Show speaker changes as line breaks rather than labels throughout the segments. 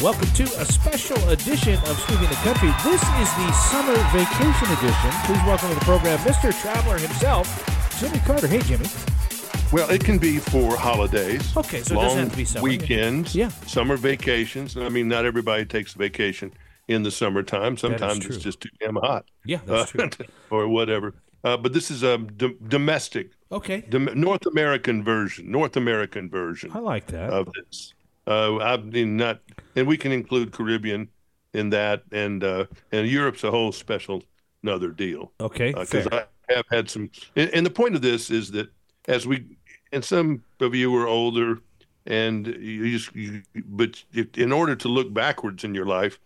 Welcome to a special edition of Sweeping the Country. This is the summer vacation edition. Please welcome to the program Mr. Traveler himself, Jimmy Carter. Hey, Jimmy.
Well, it can be for holidays.
Okay, so it doesn't
long
have to be summer.
Weekends.
Yeah.
Summer vacations. I mean, not everybody takes a vacation in the summertime. Sometimes
true.
it's just too damn hot.
Yeah, that's
Uh, or whatever. Uh, but this is a d- domestic,
Okay,
dom- North American version. North American version
I like that.
of this. Uh, I mean, not, and we can include Caribbean in that, and uh, and Europe's a whole special another deal
Okay, fair.
because uh, I have had some. And, and the point of this is that as we, and some of you are older, and you just, you, but if, in order to look backwards in your life,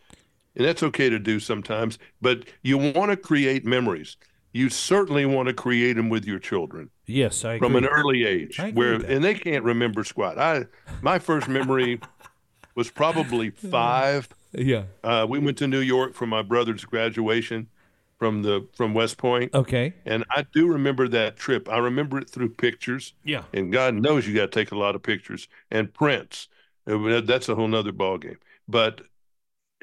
and that's okay to do sometimes, but you want to create memories. You certainly want to create them with your children
yes, I agree.
from an early age,
I agree
where
with that.
and they can't remember squat. I my first memory was probably five.
yeah.
Uh, we went to New York for my brother's graduation from the from West Point.
Okay.
And I do remember that trip. I remember it through pictures.
Yeah.
And God knows you got to take a lot of pictures and prints. Uh, that- That's a whole nother ballgame. But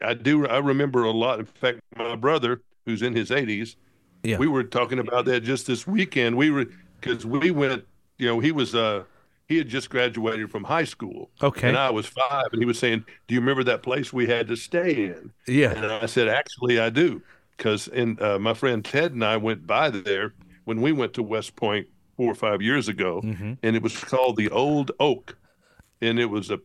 I do, I remember a lot. In fact, my brother, who's in his 80s,
Yeah.
we were talking about that just this weekend. We were, because we went, you know, he was, uh, he had just graduated from high school.
Okay.
And I was five. And he was saying, Do you remember that place we had to stay in?
Yeah.
And I said, actually, I do, because and uh, my friend Ted and I went by there when we went to West Point four or five years ago,
Mm-hmm.
and it was called the Old Oak, and it was a,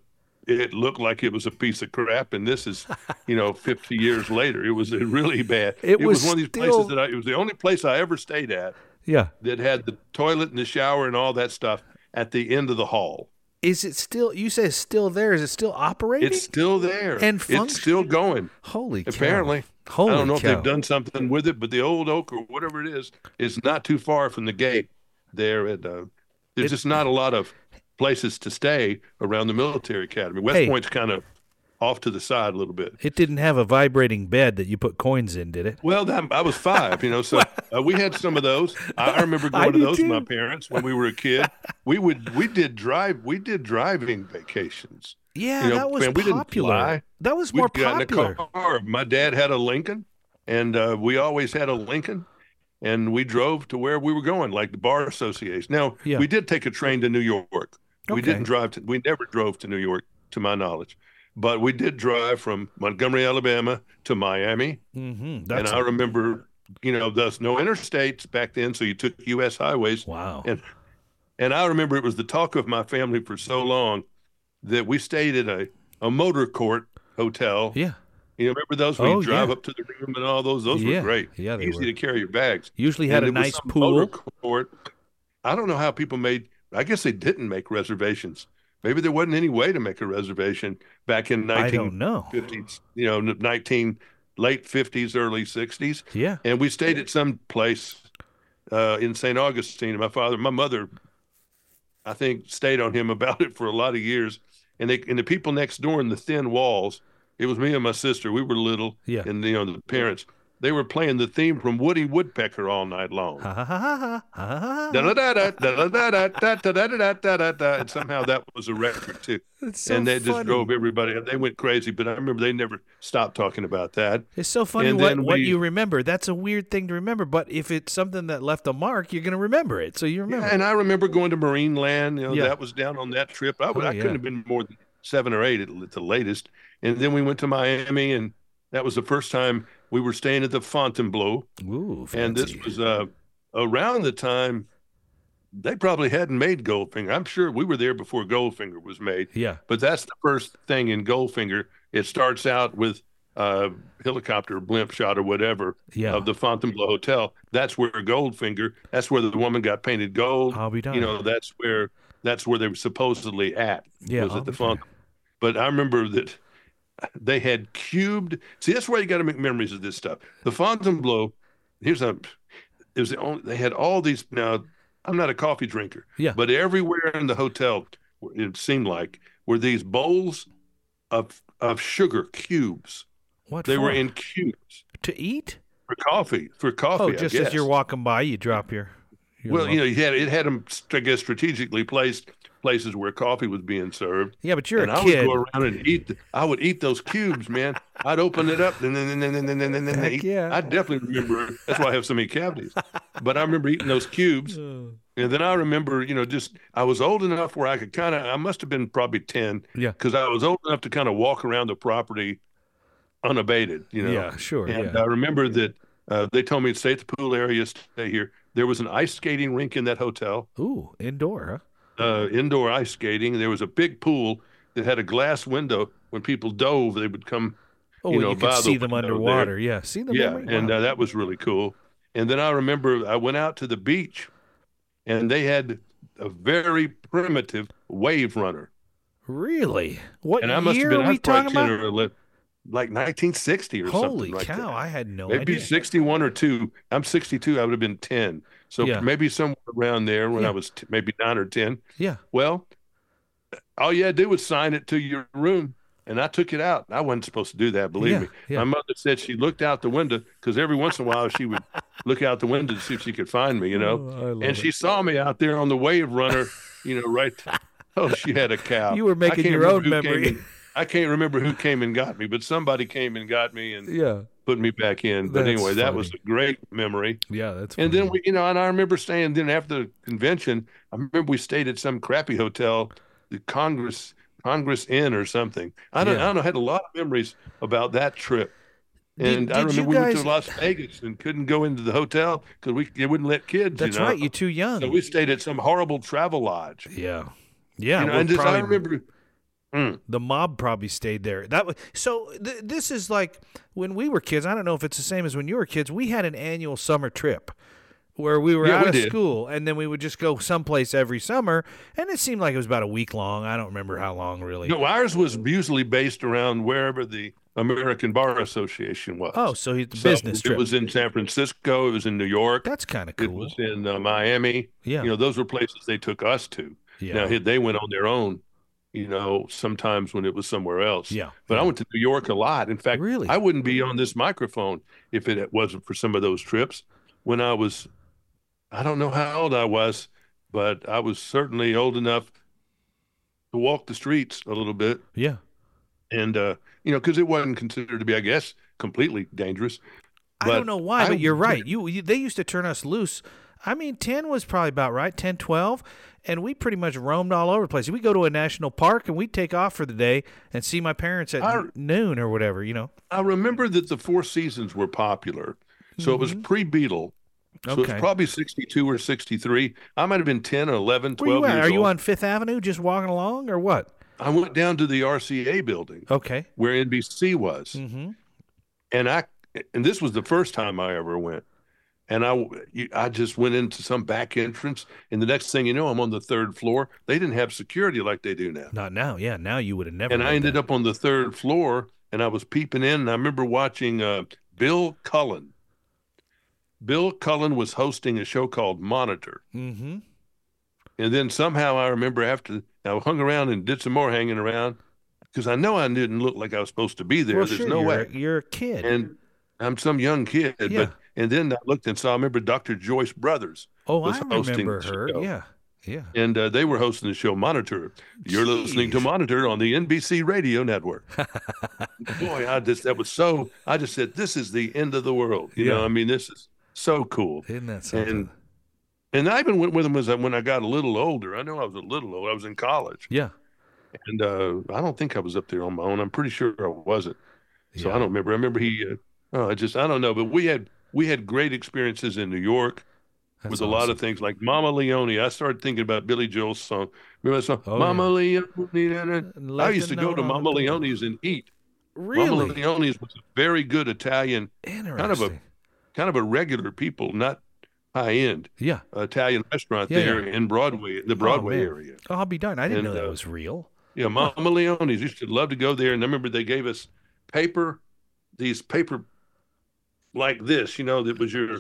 it looked like it was a piece of crap, and this is, you know, fifty years later, it was uh, really bad.
It was
one of these
still-
places that I, it was the only place I ever stayed at
Yeah.
that had the toilet and the shower and all that stuff at the end of the hall.
Is it still? You say it's still there. Is it still operating?
It's still there
And function-
it's still going.
Holy cow.
Apparently,
Holy
I don't know if
cow.
they've done something with it, but the old oak or whatever it is is not too far from the gate. There at uh, there's just not a lot of places to stay around the military academy. West
Hey.
Point's kind of off to the side a little bit.
It didn't have a vibrating bed that you put coins in, did it?
Well, that, I was five, you know, so uh, we had some of those. I, I remember
I
going to
do
those with my
too.
parents when we were a kid. We would we did drive we did driving vacations.
Yeah,
You know,
that was
man, we didn't
popular.
fly.
That was
we
more
got
popular.
in a car. My dad had a Lincoln, and uh, we always had a Lincoln, and we drove to where we were going, like the bar association. Now
Yeah.
we did take a train to New York.
Okay.
We didn't drive to. We never drove to New York, to my knowledge, but we did drive from Montgomery, Alabama, to Miami.
Mm-hmm. That's
and I remember, you know, there's no interstates back then, so you took U.S. highways.
wow.
And and I remember it was the talk of my family for so long that we stayed at a, a motor court hotel.
Yeah.
You remember those where
Oh,
you drive
yeah.
up to the room and all those? Those
Yeah.
were great.
Yeah, they
easy
were.
to carry your bags.
Usually had
And
a
it was
nice
some
pool.
motor court. I don't know how people made. I guess they didn't make reservations. Maybe there wasn't any way to make a reservation back in
I don't know.
1950s. You know, 19 late 50s, early 60s
Yeah.
and we stayed at some place uh, in St. Augustine. My father, my mother, I think, stayed on him about it for a lot of years. And they and the people next door in the thin walls. It was me and my sister. We were little,
Yeah.
and you know the parents. They were playing the theme from Woody Woodpecker all night long.
Ha ha ha ha ha ha. ha.
Da-da-da-da, da-da-da-da, da-da-da-da, da-da-da. And somehow that was a record too.
It's so
and they
funny.
just drove everybody. They went crazy, but I remember they never stopped talking about that.
It's so funny
and
what,
then
what
we-
you remember. That's a weird thing to remember, but if it's something that left a mark, you're going to remember it. So you remember.
Yeah, and I remember going to Marine Land. You know,
Yeah.
that was down on that trip. I, would,
Oh,
I
yeah.
couldn't have been more than seven or eight at, l- at the latest. And then we went to Miami, and that was the first time we were staying at the Fontainebleau.
it. Ooh,
And this
fancy.
was uh, around the time they probably hadn't made Goldfinger. I'm sure we were there before Goldfinger was made.
Yeah.
But that's the first thing in Goldfinger. It starts out with uh, helicopter blimp shot or whatever
Yeah.
of the Fontainebleau Hotel. That's where Goldfinger. That's where the woman got painted gold.
I'll be
You
darned.
know, that's where that's where they were supposedly at.
Yeah,
was
I'll
at the
be darned.
Font. But I remember that they had cubed. See, that's where you got to make memories of this stuff. The Fontainebleau. Here's a. It was the only. They had all these. Now, I'm not a coffee drinker.
Yeah.
But everywhere in the hotel, it seemed like were these bowls of of sugar cubes.
What
They were
for?
in cubes
to eat?
for coffee. For coffee.
Oh,
I
just as
guess.
you're walking by, you drop your. your
Well,
lo-
you know, you had it had them, I guess, strategically placed places where coffee was being served.
Yeah, but you're
and
a
I
kid.
would go around and eat. th- I would eat those cubes, man. I'd open it up, and then then then then then then then.
Heck
eat-
yeah.
I definitely remember. That's why I have so many cavities. But I remember eating those cubes,
Uh,
and then I remember, you know, just I was old enough where I could kind of. I must have been probably ten.
Yeah.
Because I was old enough to kind of walk around the property unabated. You know.
yeah, sure.
And
yeah.
I remember that uh, they told me to stay at the pool area, stay here. There was an ice skating rink in that hotel,
Ooh, indoor, huh?
uh, indoor ice skating. There was a big pool that had a glass window. When people dove, they would come.
Oh,
You
you,
know,
you
by
could
the
see them
window there.
underwater. Yeah, see them.
yeah,
underwater?
and
Wow.
uh, that was really cool. And then I remember I went out to the beach, and they had a very primitive wave runner.
really, what
And I must
year
have been
are
I
we
was probably
talking
10
about?
or 11, like 1960 or
Holy
something. like
cow!
that.
I had no
maybe
idea.
61 or 2 i'm 62 i would have been 10 so
Yeah.
maybe somewhere around there when
Yeah.
i was t- maybe 9 or 10
Yeah.
well all you had to do was sign it to your room and i took it out i wasn't supposed to do that believe
Yeah,
me
yeah.
my mother said she looked out the window because every once in a while she would look out the window to see if she could find me you know
Oh, I love
and she saw me out there on the wave runner you know right oh she had a cow
You were
I
making
can't
your own
remember who came
memory.
and- i can't remember who came and got me but somebody came and got me and
it. yeah,
put me back in. But
That's Mm-hmm.
anyway, that was a great memory.
yeah, that's.
And
funny.
then we, you know, and I remember staying. Then after the convention, I remember we stayed at some crappy hotel, the Congress Congress Inn or something. I don't,
Yeah.
I don't know. I had a lot of memories about that trip.
Did-
And I
did you
remember we went
guys-
to Las Vegas and couldn't go into the hotel because we they wouldn't let kids.
That's
you know?
right. You're too young.
So we stayed at some horrible travel lodge.
yeah, yeah.
you know,
we're
and just, I
probably-
remember
the mob probably stayed there. That was so. Th- this is like when we were kids. I don't know if it's the same as when you were kids. We had an annual summer trip where we were
Yeah,
out
we
of
did.
school, and then we would just go someplace every summer. And it seemed like it was about a week long. I don't remember how long really.
no, ours was usually based around wherever the American Bar Association was.
oh, so it's a
So
business trip.
It was in San Francisco. It was in New York.
That's kind of
it
cool.
was in uh, Miami.
yeah,
You know, those were places they took us to.
yeah,
Now he- they went on their own. You know, sometimes when it was somewhere else.
yeah.
But I went to New York a lot. In fact,
Really?
I wouldn't be on this microphone if it wasn't for some of those trips. When I was, I don't know how old I was, but I was certainly old enough to walk the streets a little bit
yeah.
and uh you know because it wasn't considered to be i guess completely dangerous
I
But
don't know why,
I
but you're
would-
right. You, you they used to turn us loose. I mean, 10 was probably about right, 10, 12, and we pretty much roamed all over the place. We go to a national park and we take off for the day and see my parents at
I-
n- noon or whatever, you know.
I remember that the Four Seasons were popular. So it was pre Beatle. So it's
Mm-hmm. Okay.
probably 62 or 63. I might have been 10 or 11,
Where
12
you at?
years
Are you
old.
on 5th Avenue just walking along or what?
I went down to the RCA building
Okay.
where NBC was.
Mhm.
And I and this was the first time I ever went. And I you- I just went into some back entrance and the next thing you know I'm on the third floor. They didn't have security like they do now.
Not now. Yeah, now you would have never.
and I ended up on the third floor, and I was peeping in, and I remember watching uh, Bill Cullen. Bill Cullen was hosting a show called Monitor,
Mhm.
and then somehow I remember after I hung around and did some more hanging around because I know I didn't look like I was supposed to be there.
Well,
There's
sure,
no
you're,
way,
a- you're a kid.
and I'm some young kid,
Yeah.
but and then I looked and saw. I remember Dr. Joyce Brothers,
oh,
was
I
hosting
remember
the
her.
show.
Yeah. Yeah.
and uh, they were hosting the show Monitor. You're listening to
Jeez.
Monitor on the NBC Radio Network. Boy, I just that was so. I just said this is the end of the world. You know,
Yeah.
I mean, this is so cool.
Isn't that something?
And and I even went with them as I, when I got a little older. I know I was a little old. I was in college,
yeah.
and uh, I don't think I was up there on my own. I'm pretty sure I wasn't. So
yeah.
I don't remember. I remember he. Uh, oh, I just I don't know. But we had we had great experiences in New York
That's
with a lot
awesome.
of things like Mama Leone. I started thinking about Billy Joel's song. Remember that song?
Oh,
Mama Leone. I
Left
used
a
to go
note
to
on the
Mama
door.
Leone's and eat. Mama
Really?
Leone's was a very good Italian,
Interesting.
kind of a kind of a regular people, not high end
Yeah.
Italian restaurant
Yeah,
there in Broadway, the Broadway
man.
area.
Oh, I'll be darned. I didn't
And,
know that
uh,
was real.
Yeah, Mama Leone's used to love to go there, and I remember they gave us paper, these paper like this, you know, that was your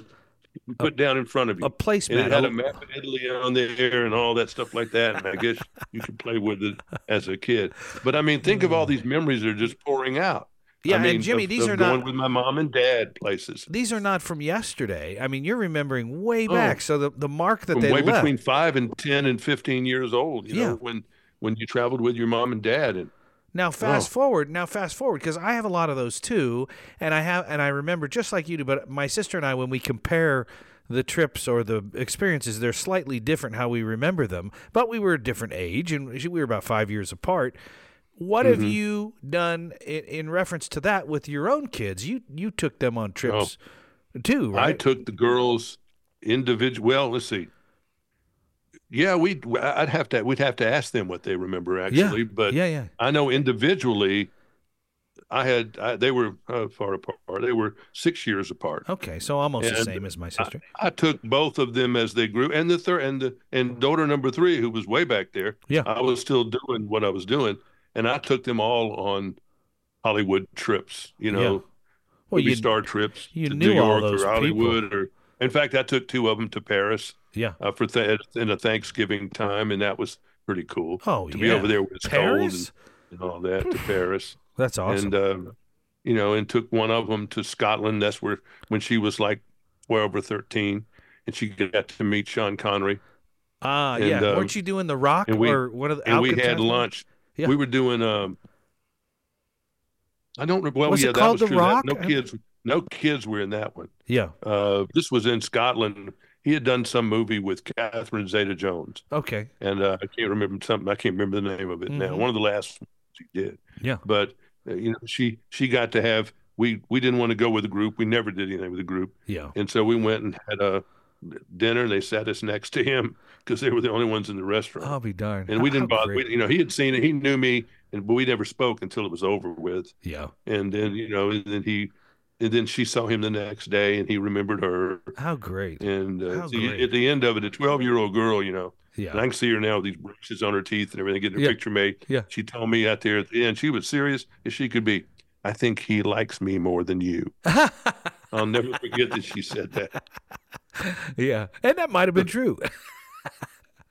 you put down in front of you.
A
And
placemat.
it had a
Oh,
map of Italy on there and all that stuff like that. And I guess you could play with it as a kid. But I mean, think of all these memories that are just pouring out.
Yeah,
I mean,
and Jimmy,
of-
these
of
are
going
not
with my mom and dad places.
these are not from yesterday. I mean, you're remembering way back. So the, the mark that
Oh. From
they
way
left.
between five and ten and fifteen years old, you
Yeah.
know, when when you traveled with your mom and dad and Oh.
Now fast forward. Now fast forward because I have a lot of those too, and I have and I remember just like you do. But my sister and I, when we compare the trips or the experiences, they're slightly different how we remember them. But we were a different age, and she- we were about five years apart. What have
Mm-hmm.
you done in, in reference to that with your own kids? You you took them on trips too,
Oh. I
right?
took the girls individual. Well, let's see. Yeah, we. I'd have to. We'd have to ask them what they remember actually. But
yeah, yeah.
I know individually, I had. I, they were uh, far apart. They were six years apart.
Okay, so almost the
And
same as my sister.
I took both of them as they grew, and the third, and the and daughter number three, who was way back there.
Mm-hmm. Yeah.
I was still doing what I was doing, and I took them all on Hollywood trips. You know,
Yeah. well,
movie
you
star trips
you
to
knew
New York
all those
or Hollywood. Or in fact, I took two of them to Paris
yeah.
uh, for th- in a Thanksgiving time, and that was pretty cool
Oh
to
yeah.
be over there with it's cold
Paris.
and, and all that to Paris.
That's awesome.
And um, you know, and took one of them to Scotland. That's where when she was like twelve or thirteen, and she got to meet Sean Connery.
Ah,
And,
yeah.
um,
Weren't you doing the Rock
and we-
or one of the
And we had
Alcatraz?
lunch.
Yeah.
We were doing. um I don't remember. Well,
Was it
yeah,
called
that
The
was true.
Rock? Uh,
That- No kids. No kids were in that one.
Yeah.
Uh, this was in Scotland. He had done some movie with Catherine Zeta-Jones,
Okay.
and uh, I can't remember something. I can't remember the name of it now.
Mhm.
One of the last ones he did.
Yeah.
But uh, you know, she she got to have. We we didn't want to go with a group. We never did anything with a group,
Yeah.
and so we went and had a dinner. And they sat us next to him because they were the only ones in the restaurant.
I'll be darned.
and we didn't
Oh, How
bother.
great.
We, you know, he had seen it. He knew me, and but we never spoke until it was over with
yeah.
and then you know and then he and then she saw him the next day and he remembered her
How great.
and
How
uh, so you-
great.
at the end of it a 12 year old girl you know and i
Yeah.
can see her now with these braces on her teeth and everything getting her
Yeah.
picture made
Yeah.
she told me out there at the end she was serious as she could be i think he likes me more than you i'll never forget that she said that
yeah. And that might have been true.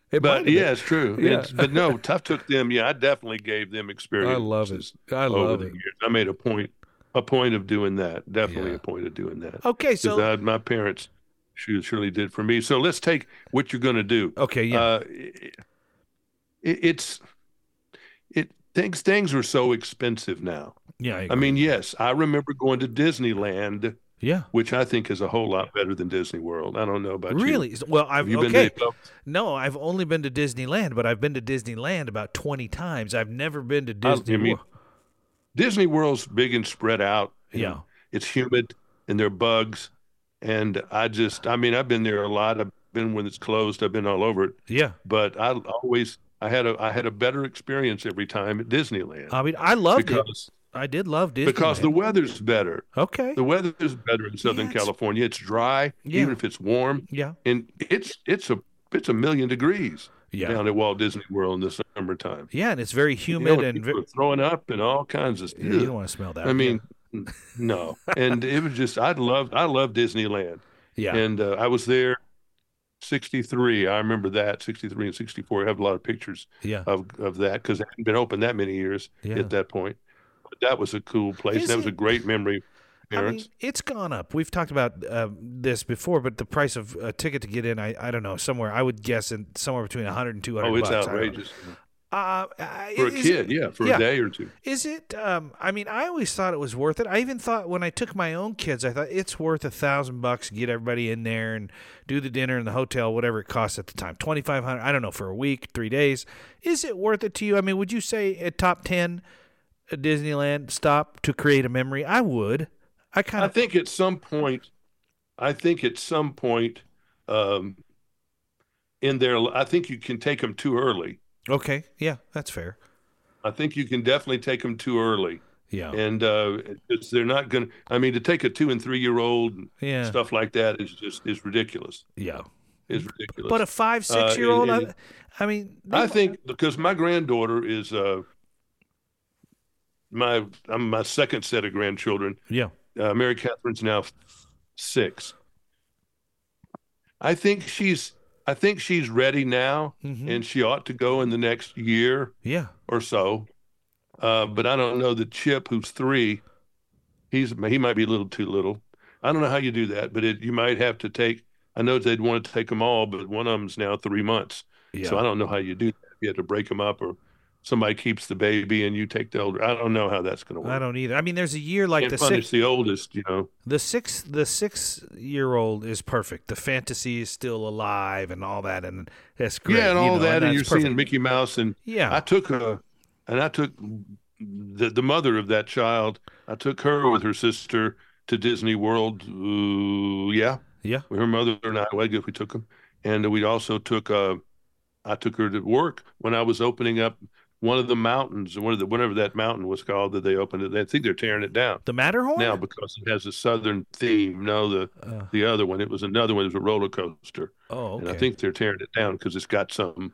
It might have
but
been.
yeah it's true
Yeah.
It's- but no tough took them yeah i definitely gave them experience
I love it. I
over
love
the
it.
years i made a point a point of doing that definitely
Yeah.
a point of doing that
Okay,
because
so
my parents sure- surely did for me. So let's take what you're going to do.
okay, yeah.
Uh, it, it- it's it things things are so expensive now.
yeah.
I mean, yes, I remember going to Disneyland,
yeah.
which I think is a whole lot better than Disney World. I don't know about you.
Really? Well, I've
Have you
okay.
been to
no, I've only been to Disneyland, but I've been to Disneyland about 20 times. I've never been to
I
Disney
mean-
World.
Disney World's big and spread out. and
Yeah.
it's humid and there are bugs, and I just I mean I've been there a lot. I've been when it's closed. I've been all over it.
Yeah.
but I always I had a I had a better experience every time at Disneyland
I mean, I loved it.
because
I did love Disney.
because the weather's better.
okay,
The weather's better in Southern
Yeah, it's-
California. It's dry,
Yeah.
even if it's warm,
yeah,
and it's it's a it's a million degrees
yeah,
down at Walt Disney World in the summertime.
yeah, and it's very
You
humid
know,
and
people
ve-
are throwing up and all kinds of stuff.
yeah, you don't want to smell that.
I mean, n- no, and it was just I loved I loved Disneyland,
yeah,
and uh, I was there. 63 i remember that 63 and 64 i have a lot of pictures
yeah,
of of that because it hadn't been open that many years
yeah.
at that point. But that was a cool place.
Is
that was
it-
a great memory.
I mean,
Parents,
it's gone up. We've talked about uh, this before, but the price of a ticket to get in, I, I don't know, somewhere, I would guess in somewhere between 100 and 200
oh, it's
bucks. I don't know.
outrageous
Uh, I-
for a
is
kid.
It,
yeah, for
yeah.
a day or two.
is it, um, I mean, I always thought it was worth it. I even thought when I took my own kids, I thought it's worth a thousand bucks to get everybody in there and do the dinner in the hotel, whatever it costs at the time. 2500 I don't know, for a week, three days. Is it worth it to you? I mean, would you say a top 10 Disneyland stop to create a memory? I would. I kind
I
of,
think at some point, I think at some point, um, in their, I think you can take them too early.
okay, yeah, that's fair.
I think you can definitely take them too early,
Yeah.
and uh, it's, they're not going. to I mean, to take a two and three year old and
Yeah.
stuff like that is just is ridiculous.
Yeah.
Is ridiculous.
But a five, six year old,
uh, it-
I, I mean, they-
I think because my granddaughter is uh, my I'm my second set of grandchildren.
yeah.
Uh, Mary Catherine's now six. I think she's I think she's ready now,
Mhm.
and she ought to go in the next year
Yeah.
or so. Uh, but I don't know that Chip, who's three, he's he might be a little too little. I don't know how you do that, but it, you might have to take. I know they'd want to take them all, but one of them's now three months,
Yeah.
so I don't know how you do that. You have to break them up, or somebody keeps the baby and you take the older. I don't know how that's going to work.
I don't either. I mean, there's a year like
Can't
the
punish
six,
the oldest, you know.
the six, the six year old is perfect. The fantasy is still alive and all that, and that's great.
yeah, and
you
all
know,
that, and
that's
you're
perfect.
seeing Mickey Mouse and
Yeah,
I took a, and I took the the mother of that child. I took her with her sister to Disney World. Ooh, yeah,
Yeah.
Her mother and I. Well, I guess we took them, and we also took. Uh, I took her to work when I was opening up one of the mountains, one of the whatever that mountain was called that they opened it. I think they're tearing it down
the Matterhorn.
now because it has a southern theme. No, the
Uh,
the other one. It was another one. It was a roller coaster.
oh, okay.
And I think they're tearing it down because it's got some,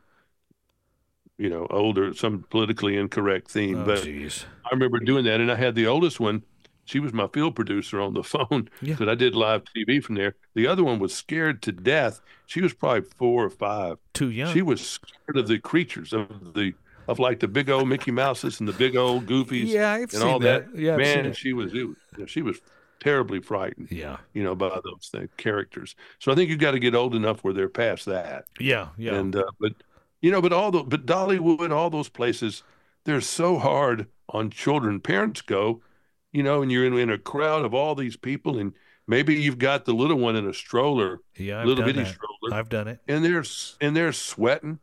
you know, older, some politically incorrect theme.
Oh,
but
jeez.
I remember doing that, and I had the oldest one. She was my field producer on the phone
Yeah.
because I did live TV from there. The other one was scared to death. She was probably four or five.
Too young.
She was scared of the creatures of the of like the big old Mickey Mouses and the big old Goofies
yeah, I've
and
seen
all that.
Yeah, I've seen
Man,
it.
she was it was- she was terribly frightened
yeah,
you know, by those things, characters. So I think you've got to get old enough where they're past that.
yeah, yeah.
And uh, but you know, but all the but Dollywood, all those places, they're so hard on children. Parents go, you know, and you're in, in a crowd of all these people, and maybe you've got the little one in a stroller,
yeah, I've
little
done
bitty
that.
stroller,
I've done it.
and they're s- and they're sweating.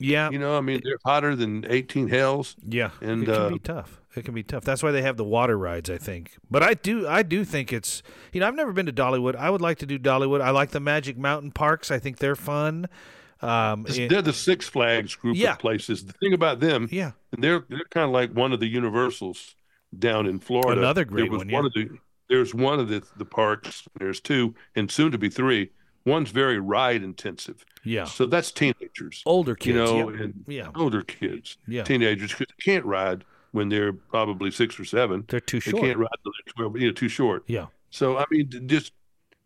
Yeah,
You know, I mean, they're hotter than eighteen hells.
yeah.
and,
it can
uh,
be tough. It can be tough. That's why they have the water rides, I think. But I do, I do think it's. You know, I've never been to Dollywood. I would like to do Dollywood. I like the Magic Mountain parks. I think they're fun. Um, it-
They're the Six Flags group
Yeah.
of places. The thing about them,
yeah,
And they're they're kind of like one of the universals down in Florida.
Another great
there was
one,
One of the, there's one of the, the parks. There's two, and soon to be three. One's very ride intensive,
yeah.
so that's teenagers,
Older
you
kids.
know,
yeah.
and
yeah,
older kids,
yeah.
teenagers, 'cause they can't ride when they're probably six or seven.
They're too
They can't
short.
ride till they're twelve. You know, too short.
Yeah.
So I mean, d- just.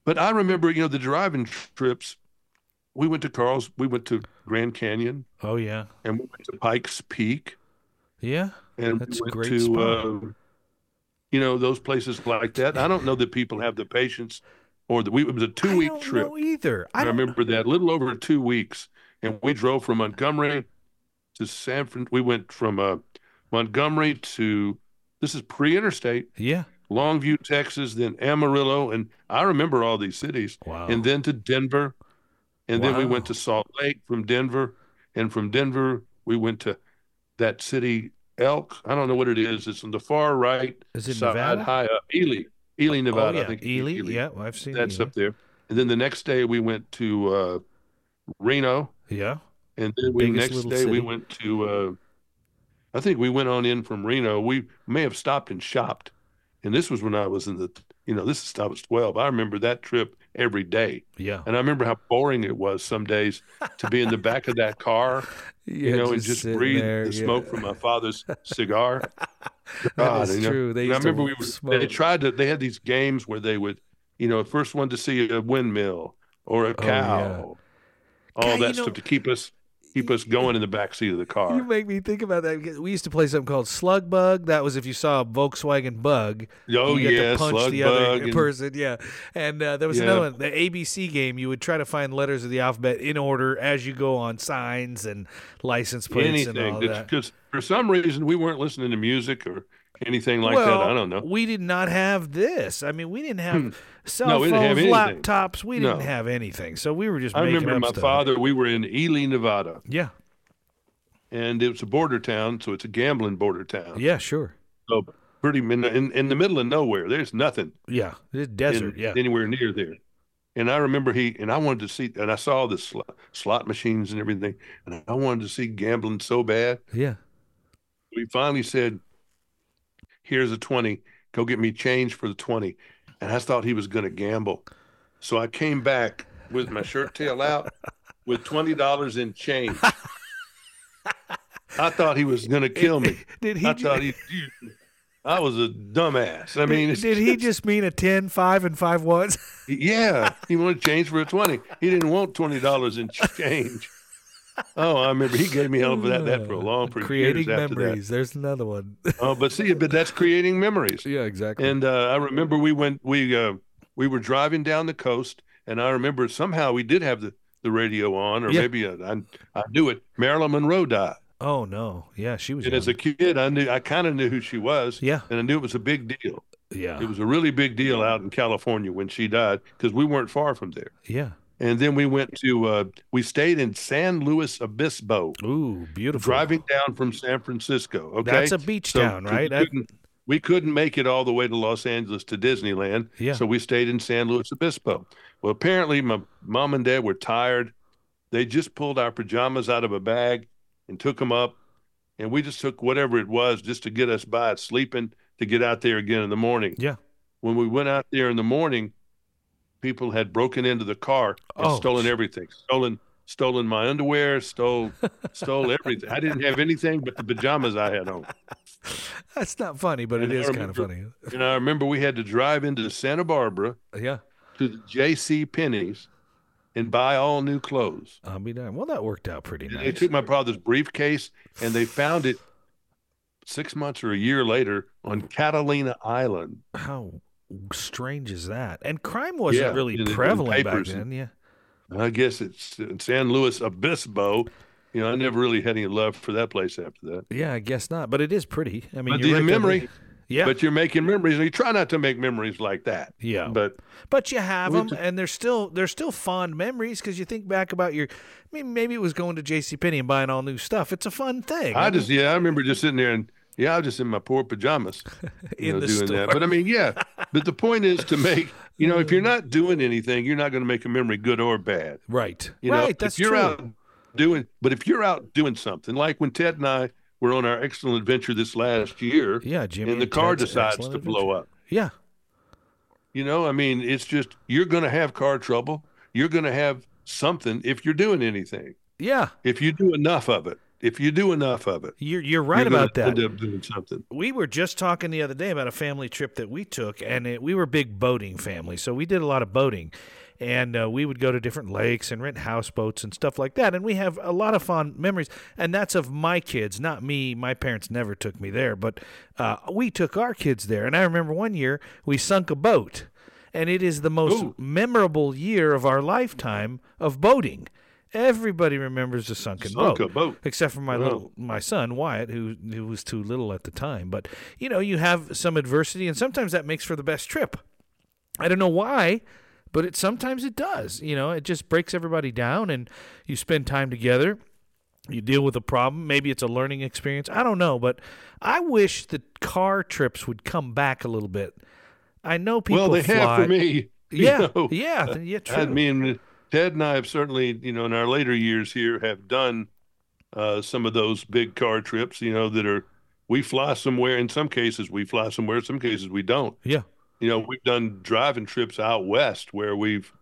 But I remember, you know, the driving trips. We went to Carl's. We went to Grand Canyon,
Oh yeah,
and we went to Pikes Peak.
yeah.
and
That's
we
a great
went to
spot.
uh, you know those places like that. I don't know that people have the patience or the we it was a two
I
week
don't
trip.
know either.
I,
I don't,
remember that a little over two weeks, and we drove from Montgomery to San Fran. We went from uh, Montgomery to this is pre interstate
Yeah.
Longview, Texas, then Amarillo, and I remember all these cities,
Wow.
and then to Denver, and then we went
Wow.
to Salt Lake from Denver, and from Denver we went to that city Elk. I don't know what it is. It's on the far right
Is it
side,
Nevada?
high up, Ely, Ely, Nevada.
oh,
I
yeah.
think
Ely. Yeah, well, I've seen
that's
Ely.
up there. And then the next day we went to uh, Reno,
Yeah.
and then we,
Biggest
next
little
day we
city.
went to. Uh, I think we went on in from Reno. We may have stopped and shopped, and this was when I was in the. You know, this is I was twelve. I remember that trip every day,
Yeah.
and I remember how boring it was some days to be in the back of that car, you know, and just
sitting
breathe
there,
the
yeah.
smoke from my father's cigar.
That is
you know.
true. They
And I
used to
remember we were,
smoke.
they tried to they had these games where they would, you know, first one to see a windmill or a cow, all
God,
that
Oh, you know-
stuff to keep us keep us going in the back seat of the car.
You make me think about that because we used to play something called Slug Bug. That was if you saw a Volkswagen Bug,
oh
you get
yeah,
to punch
slug
the
bug.
other
and-
person. Yeah, and uh, there was
Yeah.
another one, the ABC game. You would try to find letters of the alphabet in order as you go on signs and license plates and
anything
all that.
because for some reason we weren't listening to music or anything like
well,
that. I don't know. Hmm.
We did not have this. I mean, we didn't have cell
No, we
phones,
didn't have anything.
laptops. We didn't
No.
have anything. So we were just.
I
making
remember
up stuff.
my father. We were in Ely, Nevada,
Yeah.
and it was a border town, so it's a gambling border town.
Yeah. Sure.
So pretty in, in in the middle of nowhere. There's nothing.
Yeah. This
in-
desert. yeah.
anywhere near there. And I remember he and I wanted to see and I saw the slot, slot machines and everything, and I wanted to see gambling so bad.
yeah.
We finally said, "Here's a twenty. Go get me change for the 20. And I thought he was going to gamble, so I came back with my shirt tail out, with twenty dollars in change. I thought he was going to kill me.
Did he?
I
ju-
thought he. I was a dumbass. I mean,
did,
it's
did he just mean a 10, 5, and 5 ones?
Yeah, he wanted change for a twenty. He didn't want twenty dollars in change. oh, I remember he gave me hell for that, that for a long period.
Creating
years after
memories. There's another one.
That. Oh, but see, but that's creating memories.
yeah, exactly.
And uh, I remember we went, we uh, we were driving down the coast, and I remember somehow we did have the, the radio on, or
Yeah.
maybe uh, I I knew it. Marilyn Monroe died,
oh no. Yeah, she was.
and as a
young.
kid, I knew I kind of knew who she was,
yeah.
and I knew it was a big deal. It
Yeah.
was a really big deal out in California when she died because we weren't far from there.
Yeah.
And then we went to uh, we stayed in San Luis Obispo.
Ooh, beautiful.
driving down from San Francisco. Okay,
That's a beach town,
'cause
right?
We
That-
couldn't, we couldn't make it all the way to Los Angeles to Disneyland,
Yeah.
so we stayed in San Luis Obispo. Well, apparently, my mom and dad were tired. They just pulled our pajamas out of a bag and took them up, and we just took whatever it was just to get us by sleeping to get out there again in the morning.
Yeah.
When we went out there in the morning, people had broken into the car and
Oh,
stolen
gee.
everything. Stolen stolen my underwear, stole stole everything. I didn't have anything but the pajamas I had on.
That's not funny, but it
And I
is kind of funny.
remember- And I remember we had to drive into Santa Barbara
Yeah.
to the J.C. Penney's and buy all new clothes.
I'll be damned. Well, that worked out pretty
And They
nice.
took my brother's briefcase and they found it six months or a year later on Catalina Island.
How strange is that? And crime wasn't
Yeah,
really
and the- and
prevalent back
papers
then.
and-
Yeah.
I guess it's in San Luis Obispo. You know, I never really had any love for that place after that.
Yeah, I guess not. But it is pretty. I mean,
But
you're
the
right there.
memory,
Yeah.
but you're making memories, and you try not to make memories like that.
Yeah.
But
But you have
We
them,
just-
and they're still they're still fond memories because you think back about your. I mean, maybe it was going to J.C. Penney and buying all new stuff. It's a fun thing.
I just, yeah, I remember just sitting there and, yeah, I was just in my poor pajamas you
In
know,
the
doing
store.
that. But I mean, yeah. But the point is to make, you know, if you're not doing anything, you're not going to make a memory good or bad.
right.
You know,
right.
if
that's
you're
true.
out doing, but if you're out doing something, like when Ted and I were on our excellent adventure this last year,
Yeah, Jimmy.
and the
and
car
Ted's
decides to
Excellent
blow up.
Adventure. Yeah.
You know, I mean, it's just you're going to have car trouble. You're going to have something if you're doing anything.
Yeah.
If you do enough of it, if you do enough of it,
You're you're right
you're gonna
about that.
End up doing something.
we were just talking the other day about a family trip that we took, and it, we were a big boating family, so we did a lot of boating, and uh, we would go to different lakes and rent houseboats and stuff like that, and we have a lot of fond memories, and that's of my kids, not me. My parents never took me there, but uh, we took our kids there, and I remember one year we sunk a boat, and it is the most
Ooh.
memorable year of our lifetime of boating. Everybody remembers the sunken
Sunk
boat,
a boat.
except for my
Wow.
little my son Wyatt, who who was too little at the time. But you know, you have some adversity, and sometimes that makes for the best trip. I don't know why, but it sometimes it does. You know, it just breaks everybody down, and you spend time together. You deal with a problem. Maybe it's a learning experience. I don't know, but I wish the car trips would come back a little bit. I know people.
well, they
fly.
have for me. you
Yeah,
know.
yeah, th- yeah. True.
I mean, Ted and I have certainly, you know, in our later years here, have done uh, some of those big car trips. You know, that are we fly somewhere. In some cases, we fly somewhere. In some cases, we don't.
yeah,
you know, we've done driving trips out west where we've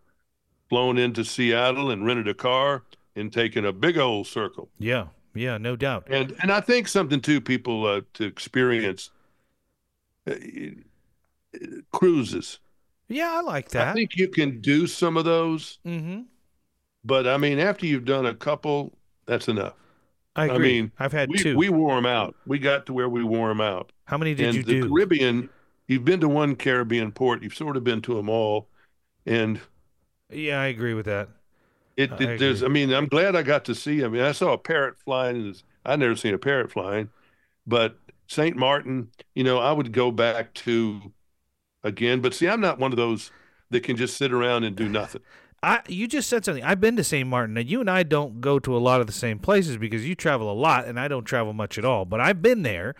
flown into Seattle and rented a car and taken a big old circle.
yeah, yeah. No doubt.
And and I think something too, people uh, to experience uh, cruises.
Yeah, I like
I
that.
think you can do some of those,
mm-hmm.
but I mean, after you've done a couple, that's enough.
I agree.
mean,
I've had
We
two.
we wore 'em out. We got to where we wore 'em out.
How many did
and
you
the
do?
Caribbean, you've been to one Caribbean port, you've sort of been to them all, and
Yeah, I agree with that.
It,
I
it there's.
agree.
I mean, I'm glad I got to see. I mean, I saw a parrot flying. in this- I never seen a parrot flying, but Saint Martin. You know, I would go back to again. But see, I'm not one of those that can just sit around and do nothing.
I you just said something. I've been to St. Martin, and you and I don't go to a lot of the same places because you travel a lot, and I don't travel much at all. But I've been there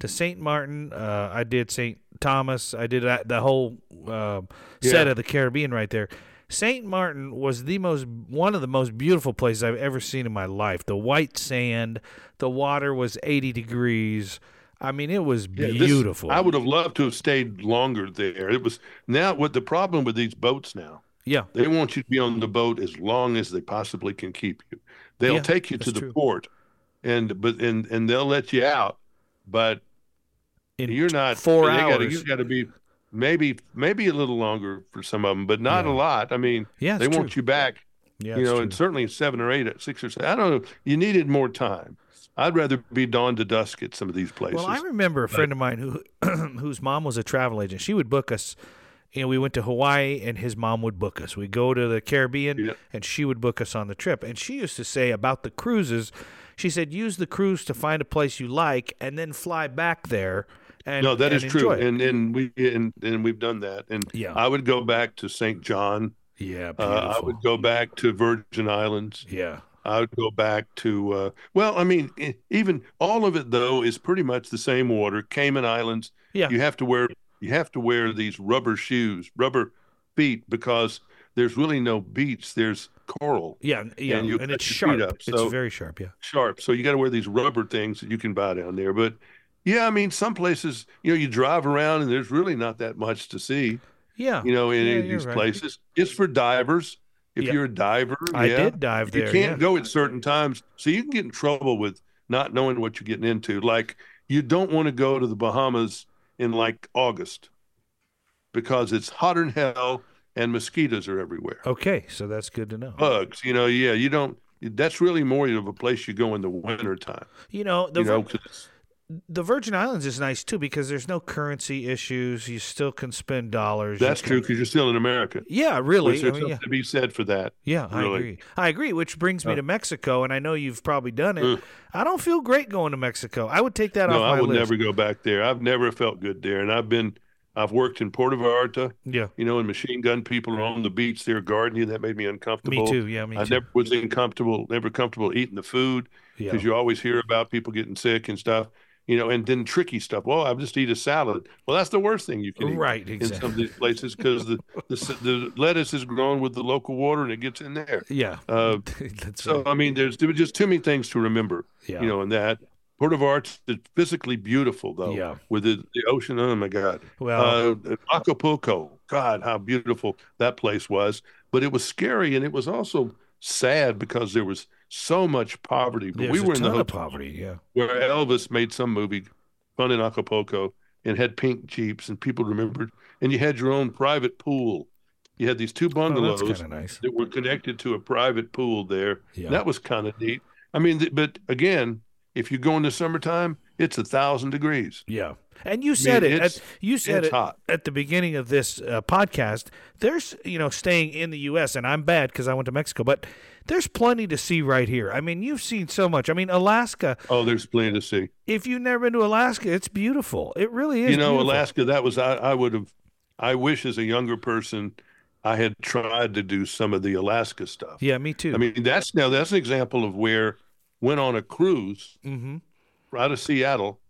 to St. Martin. Uh, I did St. Thomas. I did that, the whole uh, set
Yeah.
of the Caribbean right there. St. Martin was the most one of the most beautiful places I've ever seen in my life. The white sand, the water was 80 degrees. I mean, it was
Yeah, this-
beautiful.
I would have loved to have stayed longer there. It was now what the problem with these boats now.
yeah.
They want you to be on the boat as long as they possibly can keep you. They'll
Yeah,
take you to
that's
the
true.
port, and but and and they'll let you out, but
In
you're not
four
they Gotta,
hours.
you got to be maybe maybe a little longer for some of them, but not
Yeah.
a lot. I mean,
Yeah,
they
it's true.
want you back
Yeah,
you
it's
know,
true.
and certainly seven or eight, six or seven. I don't know. You needed more time. I'd rather be dawn to dusk at some of these places.
Well, I remember a friend of mine who whose mom was a travel agent. She would book us. You know, we went to Hawaii, and his mom would book us. We go to the Caribbean,
Yeah.
and she would book us on the trip. And she used to say about the cruises, she said, "Use the cruise to find a place you like, and then fly back there." And
no, that
and
is
enjoy
true,
it."
and and we and, and we've done that. And
Yeah.
I would go back to St. John.
yeah, beautiful.
Uh, I would go back to Virgin Islands.
yeah,
I would go back to uh, well, I mean, e- even all of it though is pretty much the same water. Cayman Islands.
Yeah.
You have to wear you have to wear these rubber shoes, rubber feet, because there's really no beach. There's coral
yeah, yeah, and,
and you cut
it's
your feet
sharp.
up, so-
It's very sharp. Yeah,
sharp, so you got to wear these rubber things that you can buy down there. But yeah, I mean, some places you know you drive around and there's really not that much to see.
yeah.
You know, in
Yeah,
any of
you're
these
right.
places, it's for divers. If
Yeah.
you're a diver,
I
yeah.
did dive there.
you can't
yeah.
go at certain times so you can get in trouble with not knowing what you're getting into like you don't want to go to the bahamas in like august because it's hotter than hell and mosquitoes are everywhere
Okay, so that's good to know.
bugs you know yeah you don't that's really more of a place you go in the winter time
you know, the
you know 'cause it's-
the Virgin Islands is nice too because there's no currency issues. You still can spend dollars. You
that's
can-
true because you're still in america
Yeah, really.
Which
I
there's
mean, yeah,
something to be said for that
yeah I
really.
agree. I agree. Which brings me
Uh.
to Mexico, and I know you've probably done it.
Mm.
I don't feel great going to Mexico. I would take that
no
off my
i would
list.
never go back there i've never felt good there and i've been i've worked in puerto vallarta
yeah,
you know, and machine gun people are on the beach there gardening. That made me uncomfortable.
me too. Yeah, me
I
too.
never was uncomfortable, never comfortable eating the food
yeah.
because you always hear about people getting sick and stuff, you know, and then tricky stuff. Well, I just eat a salad. Well, that's the worst thing you can eat
right,
in some
exactly.
of these places because the, the s- the lettuce is grown with the local water and it gets in there.
Yeah,
Uh,
that's
so
right.
I mean, there's there were just too many things to remember,
yeah.
you know, in that. Port of Arts is physically beautiful though,
Yeah. Oh.
with the, the ocean. Oh my God,
well,
uh, Acapulco. God, how beautiful that place was. But it was scary and it was also sad because there was so much poverty. But
there's
we
a
were in
ton
the
of
hotel
poverty. Yeah,
where Elvis made some movie, Fun in Acapulco, and had pink Jeeps and people remembered. And you had your own private pool. You had these two
well,
bungalows
Oh, that's kind of nice.
that were connected to a private pool there.
Yeah,
That was kind of neat. I mean, th- but again, if you go in the summertime, it's a thousand degrees.
yeah. And you said it.
it's-
At, you said
It's
it.
hot.
at the beginning of this uh, podcast, there's you know staying in the U.S. and I'm bad because I went to Mexico, but there's plenty to see right here. I mean, you've seen so much. I mean, Alaska.
Oh, there's plenty to see.
If you've never been to Alaska, it's beautiful. It really is.
you know
beautiful.
alaska that was i, I would have i wish as a younger person i had tried to do some of the alaska stuff
Yeah, me too.
i mean that's now that's an example of where went on a cruise
mm-hmm.
out of seattle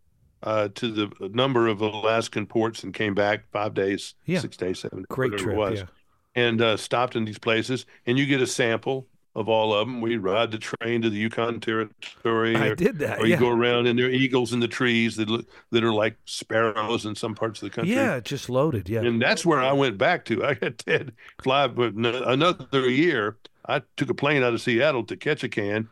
uh, to the a number of alaskan ports and came back five days
Yeah.
six days seven
great
whatever
trip.
it was
Yeah.
and uh, stopped in these places and you get a sample of all of them we ride the train to the yukon territory
I
or-
did that.
or you
Yeah.
go around and there are eagles in the trees that look, that are like sparrows in some parts of the country.
yeah, just loaded. Yeah,
And that's where I went back to. I had to fly but n- another year. I took a plane out of Seattle to Ketchikan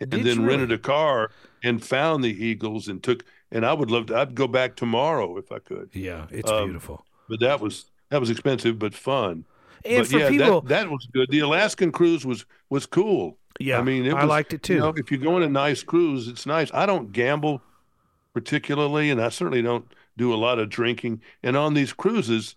and
Did
then
you really?
rented a car and found the eagles and took and I would love to I'd go back tomorrow if I could.
yeah. It's
Um,
beautiful.
But that was that was expensive but fun.
And
but
for
yeah,
people,
that, that was good. The Alaskan cruise was was cool.
yeah,
I mean, it
I
was,
liked it too.
You know, if you go on a nice cruise, it's nice. I don't gamble particularly, and I certainly don't do a lot of drinking. And on these cruises,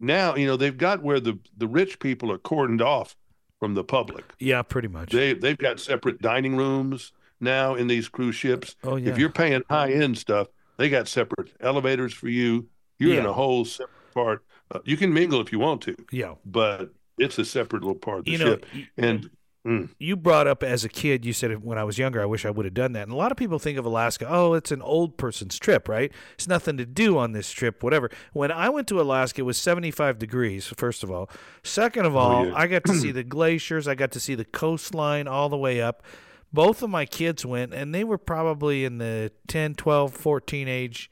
now you know they've got where the the rich people are cordoned off from the public.
yeah, pretty much.
They they've got separate dining rooms now in these cruise ships.
oh yeah.
If you're paying high end stuff, they got separate elevators for you. You're in
Yeah.
a whole separate part. Uh, you can mingle if you want to,
yeah.
but it's a separate little part of the
You know,
ship. And
you brought up as a kid you said when i was younger i wish i would have done that and a lot of people think of alaska oh it's an old person's trip right it's nothing to do on this trip whatever when i went to alaska it was 75 degrees first of all second of all
Oh, yeah.
i got to see the glaciers i got to see the coastline all the way up both of my kids went and they were probably in the 10 12 14 age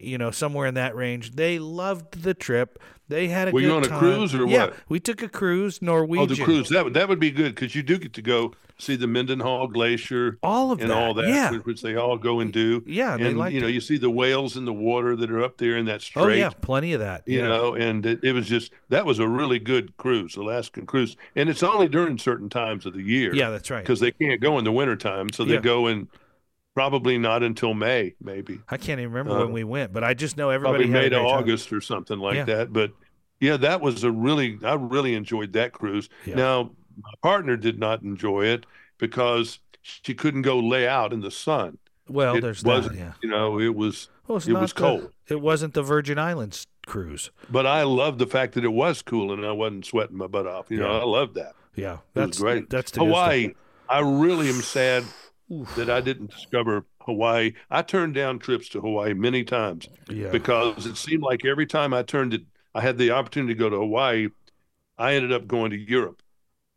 you know, somewhere in that range. They loved the trip. They had a
Were
good
you on a
time.
cruise or
yeah,
what?
we took a cruise,
Oh,
Norwegian.
the cruise that would that would be good because you do get to go see the Mendenhall Glacier
All of
and
that.
all that,
Yeah.
which, which they all go and do.
Yeah, they
and
liked
you know
it.
you see the whales in the water that are up there in that
Oh
strait.
yeah, plenty of that.
You
yeah.
know, and it, it was just that was a really good cruise, Alaskan cruise, and it's only during certain times of the year.
Yeah, that's right.
because they can't go in the wintertime, so they
Yeah.
go in probably not until May, maybe
I can't even remember
Uh,
when we went, but I just know everybody
probably
had
May
a
to
great time.
August or something like
Yeah.
that. But yeah, that was a really I really enjoyed that cruise.
Yeah.
Now my partner did not enjoy it because she couldn't go lay out in the sun.
Well,
it
there's that.
wasn't,
Yeah.
you know, it was.
Well, it's
it
not
was
the-
cold.
It wasn't the Virgin Islands cruise.
But I loved the fact that it was cool and I wasn't sweating my butt off. You know,
Yeah.
I loved that.
Yeah,
It was
that's
great.
That's the good stuff.
Hawaii. I really am sad that I didn't discover Hawaii. I turned down trips to Hawaii many times
Yeah.
because it seemed like every time I turned it, I had the opportunity to go to Hawaii. I ended up going to Europe.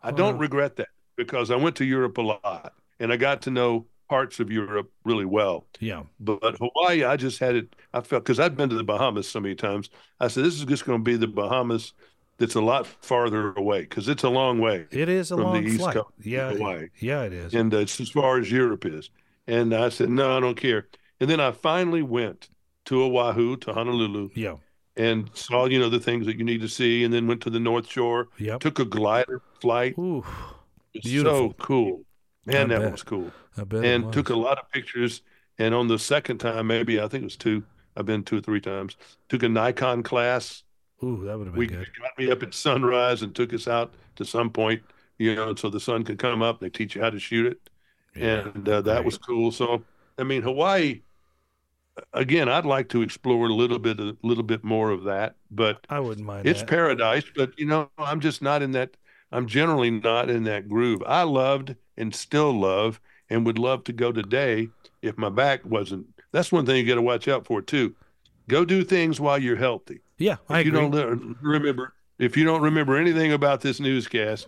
I don't
Wow.
regret that because I went to Europe a lot and I got to know parts of Europe really well.
yeah.
But, but Hawaii, I just had it. I felt because I'd been to the Bahamas so many times. I said, this is just going to be the Bahamas that's a lot farther away because it's a long way.
It is a
From the
long
East
flight.
Coast to
yeah. it-
Hawaii.
Yeah, it is.
And uh, it's as far as Europe is. And I said, no, I don't care. And then I finally went to Oahu, to Honolulu,
Yeah.
and saw, you know, the things that you need to see. And then went to the North Shore,
Yep.
took a glider flight.
Ooh,
It's
Beautiful.
So cool. Man,
I
that
bet.
was cool.
I bet. it
and
was.
took a lot of pictures. And on the second time, maybe I think it was two, I've been two or three times, took a Nikon class.
Ooh, that would have been
We
good.
got me up at sunrise and took us out to some point, you know, so the sun could come up. They teach you how to shoot it
Yeah.
and uh, that
great.
was cool. So, I mean, Hawaii. Again, I'd like to explore a little bit, a little bit more of that, but
I wouldn't mind.
it's
that.
paradise. But you know, I'm just not in that. I'm generally not in that groove. I loved and still love, and would love to go today if my back wasn't. That's one thing you got to watch out for too. Go do things while you're healthy.
yeah,
If
I
you
agree.
don't le- remember, if you don't remember anything about this newscast,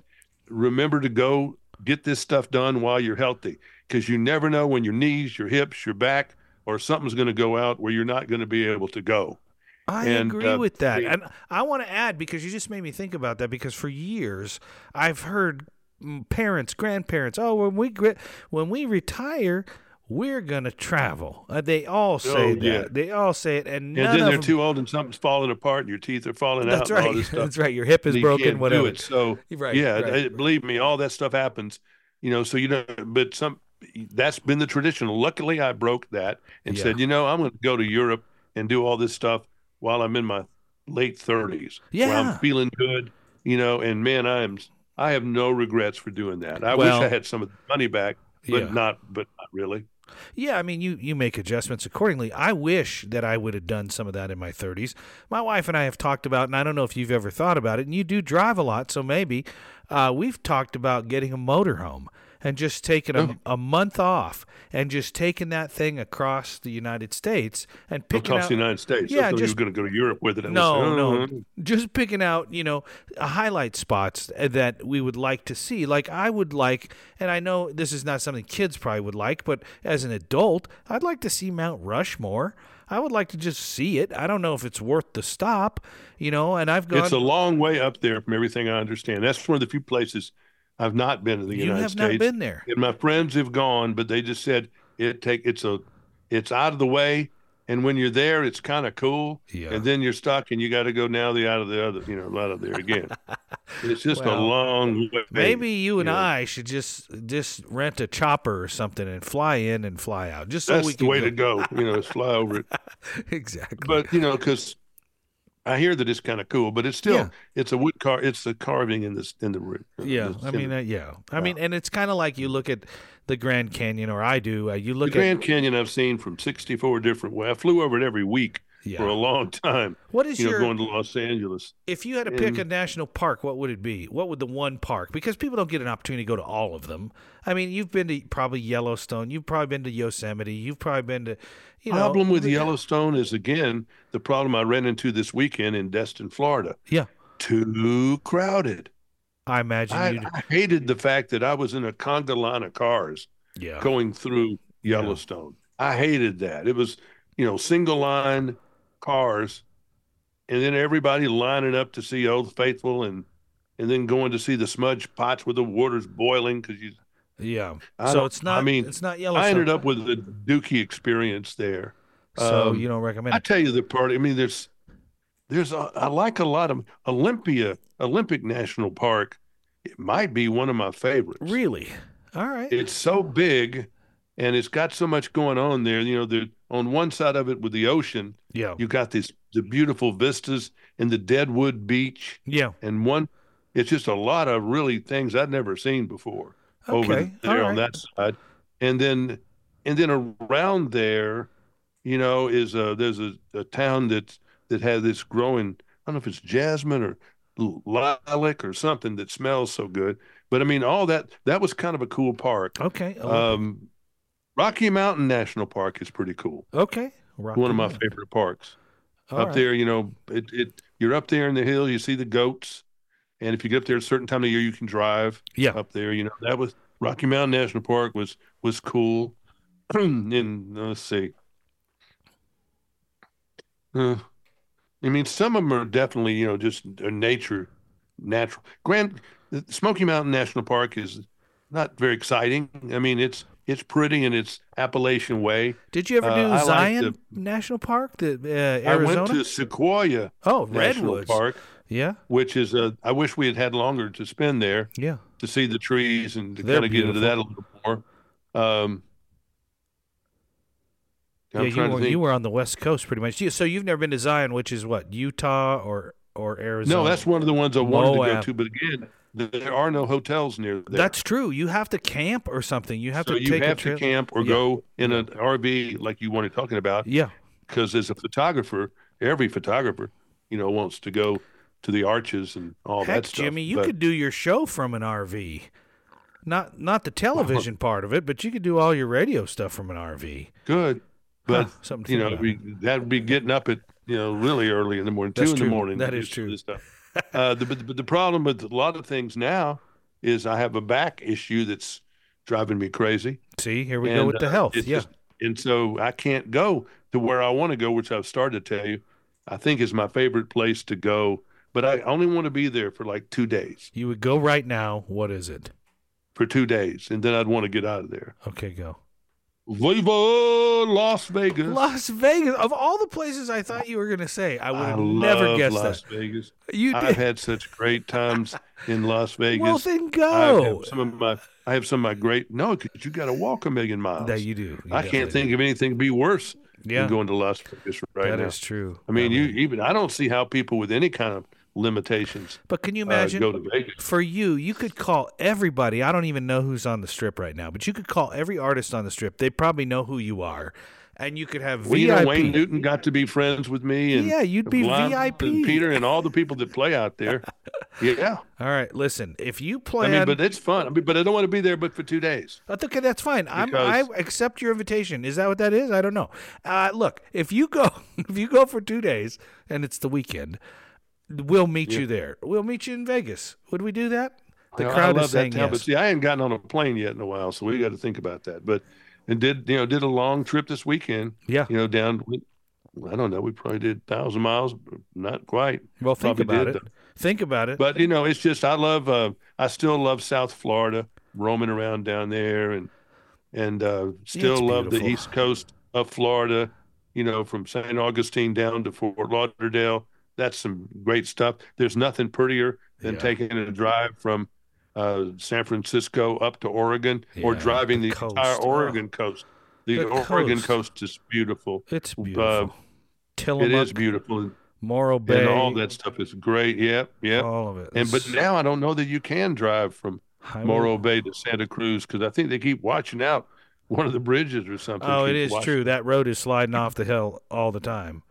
remember to go get this stuff done while you're healthy, because you never know when your knees, your hips, your back, or something's going to go out where you're not going to be able to go.
I
And,
agree
uh,
with that.
the-
And I want to add because you just made me think about that because for years I've heard mm, parents, grandparents, oh when we gri- when we retire we're going to travel. Uh, they all say
Oh,
that.
yeah.
They all say it and
And
none
then
of
they're
them-
too old and something's falling apart and your teeth are falling
That's
out and all
right.
this stuff.
That's right. Your hip is
and you
broken
can't
whatever.
Do it. So
Right,
yeah,
right.
it- believe me, all that stuff happens. You know, so you know, but some that's been the tradition. Luckily, I broke that and
Yeah.
said, you know, I'm going to go to Europe and do all this stuff while I'm in my late 30s. where
Yeah.
I'm feeling good. You know, and man, I am. I have no regrets for doing that. I
Well-
wish I had some of the money back, but
Yeah.
not. But not really.
Yeah, I mean, you you make adjustments accordingly. I wish that I would have done some of that in my 30s. My wife and I have talked about, and I don't know if you've ever thought about it. And you do drive a lot, so maybe uh, we've talked about getting a motorhome and just taking a, a month off and just taking that thing across the United States and
Don't
picking
talk to
out.
the United States.
Yeah,
I thought you
just-
were going to go to Europe with it. I was
No,
like, "Oh,
no. Just picking out, you know, uh, highlight spots eh, that we would like to see. Like I would like, and I know this is not something kids probably would like, but as an adult, I'd like to see Mount Rushmore. I would like to just see it. I don't know if it's worth the stop, you know. And I've gone.
It's a long way up there from everything I understand. That's one of the few places I've not been to the
you
United
have
States.
not been there.
And my friends have gone, but they just said it take it's a it's out of the way. And when you're there, it's kind of cool.
Yeah.
And then you're stuck, and you got to go now the out of the other, you know, out of there again. it's just a
Well,
long way.
Maybe you and
Yeah.
I should just just rent a chopper or something and fly in and fly out, just so
that's
we
the
can
way to go. You know, is fly over it.
exactly.
But you know, because I hear that it's kind of cool, but it's still
Yeah.
it's a wood car. It's the carving in this in the root.
Yeah, I mean, uh, yeah, I mean, and it's kind of like you look at the Grand Canyon, or I do. Uh, you look
the Grand Canyon I've seen from 64 different way. I flew over it every week
at yeah.
for a long time,
What is
you know,
your
going to Los Angeles.
if you had to pick
in-
a national park, what would it be? What would the one park? Because people don't get an opportunity to go to all of them. I mean, you've been to probably Yellowstone, you've probably been to Yosemite, you've probably been to you know
problem with
the-
Yellowstone is again the problem I ran into this weekend in Destin, Florida.
Yeah.
Too crowded.
I imagine
I,
you do.
I hated the fact that I was in a conga line of cars
Yeah.
going through Yellowstone. I hated that. It was, you know, single line cars, and then everybody lining up to see Old Faithful, and and then going to see the smudge pots where the water's boiling because you.
Yeah.
I
so
don't-
it's not.
I mean,
it's not yellow.
I ended up with a Dookie experience there.
So
um,
you don't recommend
I
it.
tell you the party. I mean, there's there's a, I like a lot of Olympia Olympic National Park. It might be one of my favorites.
Really? All right.
It's so big, and it's got so much going on there. You know, the on one side of it with the ocean,
yeah.
you got this the beautiful vistas and the Deadwood Beach,
yeah.
and one. It's just a lot of really things I'd never seen before over
Okay.
there
All
on
right.
that side, and then and then around there, you know, is a there's a, a town that that has this growing. I don't know if it's jasmine or l- lilac or something that smells so good. But I mean, all that that was kind of a cool park.
Okay.
Um, Rocky Mountain National Park is pretty cool.
okay. Rocky
One of my
Mountain.
favorite parks
All
up
right.
there. You know, it, it you're up there in the hill. You see the goats, and if you get up there at a certain time of year, you can drive
Yeah.
up there. You know, that was Rocky Mountain National Park was was cool. and let's see. Uh, I mean, some of them are definitely you know just uh, nature, natural. Grand the Smoky Mountain National Park is not very exciting. I mean, it's it's pretty in its Appalachian way.
Did you ever
uh,
do
I like
Zion
the-
National Park, the uh,
I
Arizona?
went to Sequoia
oh,
National
redwoods.
Park,
Yeah.
which is a. I wish we had had longer to spend there.
Yeah.
to see the trees and to
They're
kind of get into that a little more. Um, I'm
yeah. You
trying to
were,
think.
you were on the West Coast pretty much. You- So you've never been to Zion, which is what Utah or or Arizona.
no, that's one of the ones I wanted to go
Moab.
to, but again, th- there are no hotels near there.
That's true. You have to camp or something. You have
so
to
you
take a
have to
trip.
camp or
Yeah.
go in an RV like you wanted talking about,
Yeah.
because as a photographer, every photographer, you know, wants to go to the arches and all
Heck,
that stuff.
Jimmy, you
but-
could do your show from an RV. Not not the television part of it, but you could do all your radio stuff from an RV.
good, but
Huh, something to
you
think
know,
about.
we, that would be getting up at you know really early in the morning,
That's
two in
true.
the morning.
That
to
is
do
true.
This stuff. Uh, the, but, but the problem with a lot of things now is I have a back issue that's driving me crazy.
See, here we go with the
uh,
health.
it's
Oh, Yeah.
just- and so I can't go to where I want to go, which I've started to tell you. I think is my favorite place to go, but I only want to be there for like two days.
you would go right now. What is it?
For two days, and then I'd want to get out of there.
Okay, go.
Viva Las Vegas!
Las Vegas. Of all the places I thought you were going to say, I would
I
have never
love
guessed
Las
that.
Vegas.
You
I've
did.
had such great times in Las
well,
Vegas.
then
I
go.
have some of my I have some of my great no, because you got to walk a million miles.
That you do. You
I can't
definitely
think of anything to be worse
do. Yeah,
than going to Las Vegas right
that
now.
is true.
I mean, you even I don't see how people with any kind of limitations
But can you
uh,
imagine?
go to Vegas.
for you, you could call everybody. I don't even know who's on the strip right now, but you could call every artist on the strip. They probably know who you are, and you could have
Well, you
VIP.
know, Wayne Newton got to be friends with me, and
Yeah, you'd be
Blonde
VIP.
and Peter, and all the people that play out there. yeah,
All right, listen. If you
I
plan,
mean, but it's fun. I mean, but I don't want to be there, but for two days.
That's okay. That's fine. I'm, I
Because-
accept your invitation. Is that what that is? I don't know. Uh, look, if you go, if you go for two days and it's the weekend, we'll meet you there. We'll meet you in Vegas. Would we do that? The
You know,
crowd
I love
is saying
that town, But
yes.
see, I ain't gotten on a plane yet in a while, so we got to think about that. But and did you know did a long trip this weekend?
Yeah.
You know, down I don't know, we probably did thousand miles, not quite.
Well, think
probably
about
did,
it. Think about it.
But you know, it's just I love. Uh, I still love South Florida, roaming around down there, and and uh, still
It's
love the
beautiful.
East Coast of Florida. You know, from St. Augustine down to Fort Lauderdale. That's some great stuff. There's nothing prettier than
Yeah.
taking a drive from uh, San Francisco up to Oregon, or
Yeah,
driving
the
the, entire
coast. Oh.
Oregon coast. The,
The
Oregon
coast.
coast is beautiful.
it's
uh,
beautiful. Tillamook,
It is beautiful, and,
Morro
and
Bay,
all that stuff is great. Yep, yep.
all of it.
And but
It's-
now I don't know that you can drive from
I
Morro
will-
Bay to Santa Cruz because I think they keep watching out one of the bridges or something.
Oh, it
keeps
is
watching.
true. That road is sliding off the hill all the time.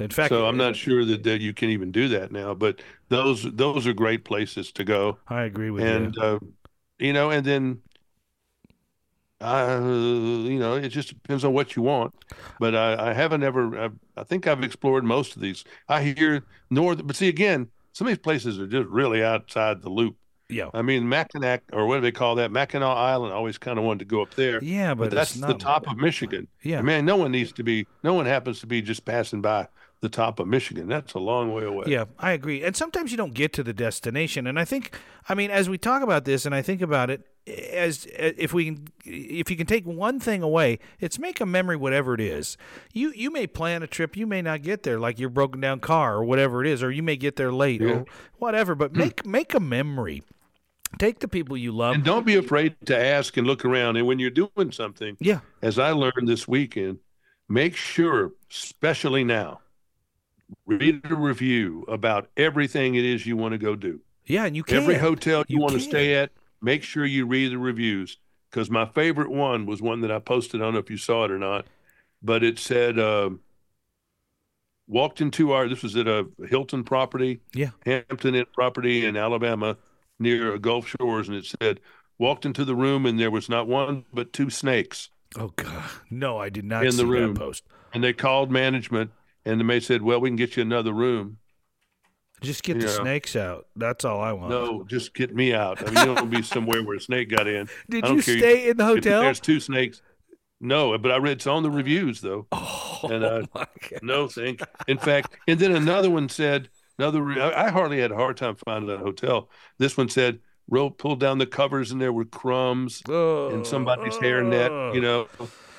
In fact,
So I'm not sure that, that you can even do that now. But those those are great places to go,
I agree with you.
and uh, you know, and then. Uh, you know, it just depends on what you want, but I, I haven't ever. I've, I think I've explored most of these. I hear north, but see again, some of these places are just really outside the loop.
Yeah,
I mean, Mackinac, or what do they call that? Mackinac Island. I always kind of wanted to go up there.
yeah, but
but that's
it's not,
the top of Michigan.
Yeah,
Man, no one needs to be. No one happens to be just passing by the top of Michigan. That's a long way away.
Yeah, I agree. And sometimes you don't get to the destination. And I think, I mean, as we talk about this, and I think about it, as eh, if we can, if you can take one thing away, it's make a memory, whatever it is. You you may plan a trip, you may not get there, like your broken down car or whatever it is, or you may get there late
Yeah. Hmm.
or whatever. But make make a memory. Take the people you love.
And don't be afraid to ask and look around. And when you're doing something,
yeah,
as I learned this weekend, make sure, especially now, read a review about everything it is you want to go do.
yeah, and you can.
Every hotel you,
You
want to
can.
stay at, make sure you read the reviews. Because my favorite one was one that I posted. I don't know if you saw it or not, but it said, um, walked into our, this was at a Hilton property,
Yeah.
Hampton Inn property in Alabama near Gulf Shores. And it said, walked into the room and there was not one, but two snakes.
oh God, no, I did not
In the
see that
room.
post.
and they called management and the maid said well we can get you another room
Just get the
Yeah.
snakes out. That's all I want.
no just get me out i mean you don't be somewhere where a snake got in
Did
I don't
you
care.
stay in the
If
hotel?
there's two snakes no but i read it's on the reviews though
Oh
And, uh,
my God.
no thank in fact and then another one said another re- i I hardly had a hard time finding a hotel this one said rope pulled down the covers and there were crumbs in somebody's hairnet you know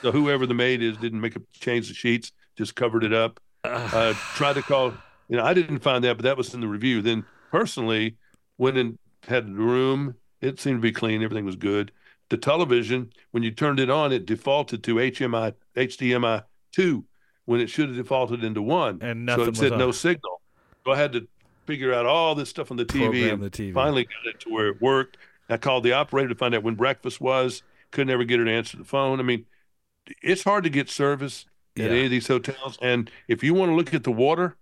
so whoever the maid is didn't make a change the sheets just covered it up uh, tried to call. You know, I didn't find that, but that was in the review. Then personally, went and had the room. It seemed to be clean. Everything was good. The television, when you turned it on, it defaulted to HMI HDMI two when it should have defaulted into one.
And
so
nothing
it
was
said no
on.
signal. So I had to figure out all this stuff on the TV
Program
and
the TV.
finally got it to where it worked. I called the operator to find out when breakfast was. Couldn't ever get her to answer the phone. I mean, it's hard to get service at
Yeah.
any of these hotels. And if you want to look at the water,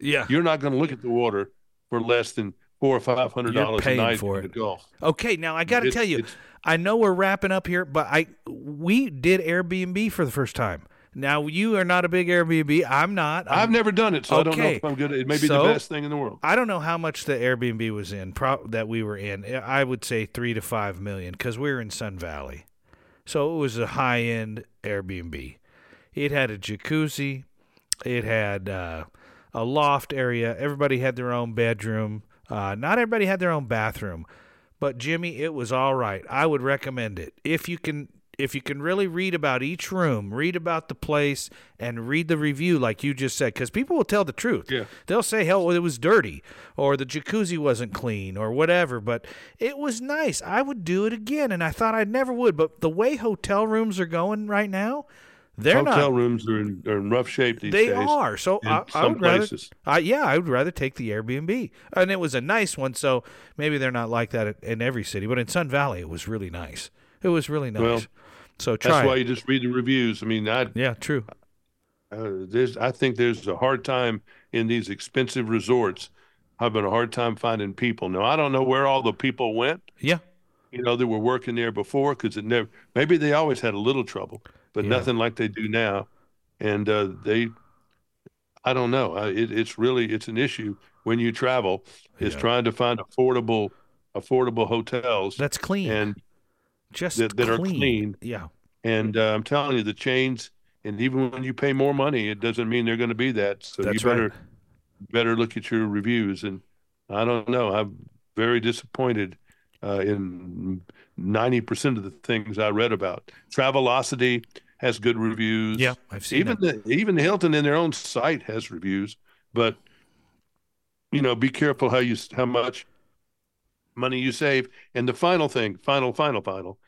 yeah.
you're not going to look at the water for less than four or five hundred
You're
dollars a
paying
night
for
in the
it.
Gulf.
Okay, now I got to
It's-
tell you,
it's-
I know we're wrapping up here, but I we did Airbnb for the first time. Now you are not a big Airbnb. I'm not.
I've
I'm,
never done it, so I don't know
Okay.
if I'm good. It may be
So-
the best thing in the world.
I don't know how much the Airbnb was in pro- that we were in. I would say three to five million because we were in Sun Valley, so it was a high end Airbnb. It had a jacuzzi. It had uh, a loft area. Everybody had their own bedroom. Uh, not everybody had their own bathroom, but Jimmy, it was all right. I would recommend it if you can. If you can really read about each room, read about the place, and read the review, like you just said, because people will tell the truth.
Yeah.
They'll say, hell, well, it was dirty, or the jacuzzi wasn't clean, or whatever, but it was nice. I would do it again, and I thought I never would, but the way hotel rooms are going right now, they're not
Hotel rooms are in, are in rough shape these
they
days.
are. So
in
I, I
some
would rather,
places.
I, yeah, I would rather take the Airbnb, and it was a nice one. So maybe they're not like that at- in every city, but in Sun Valley, it was really nice. It was really nice.
Well,
so
That's
try.
why
it.
you just read the reviews. I mean, I
yeah, true.
uh, there's I think there's a hard time in these expensive resorts. Having a hard time finding people. Now I don't know where all the people went.
Yeah,
You know, that were working there before because it never. Maybe they always had a little trouble, but
Yeah.
nothing like they do now. And uh, they, I don't know. I, it, it's really it's an issue when you travel is
Yeah.
trying to find affordable affordable hotels
that's clean.
and
Just
that- that are clean.
Yeah,
and uh, I'm telling you the chains. And even when you pay more money, it doesn't mean they're going to be that. So
that's
you better
right.
better look at your reviews. And I don't know. I'm very disappointed uh, in 90% of the things I read about. Travelocity has good reviews.
Yeah, I've seen
Even
it.
the, even Hilton in their own site has reviews, but you know, be careful how you s- how much money you save. And the final thing, final, final, final,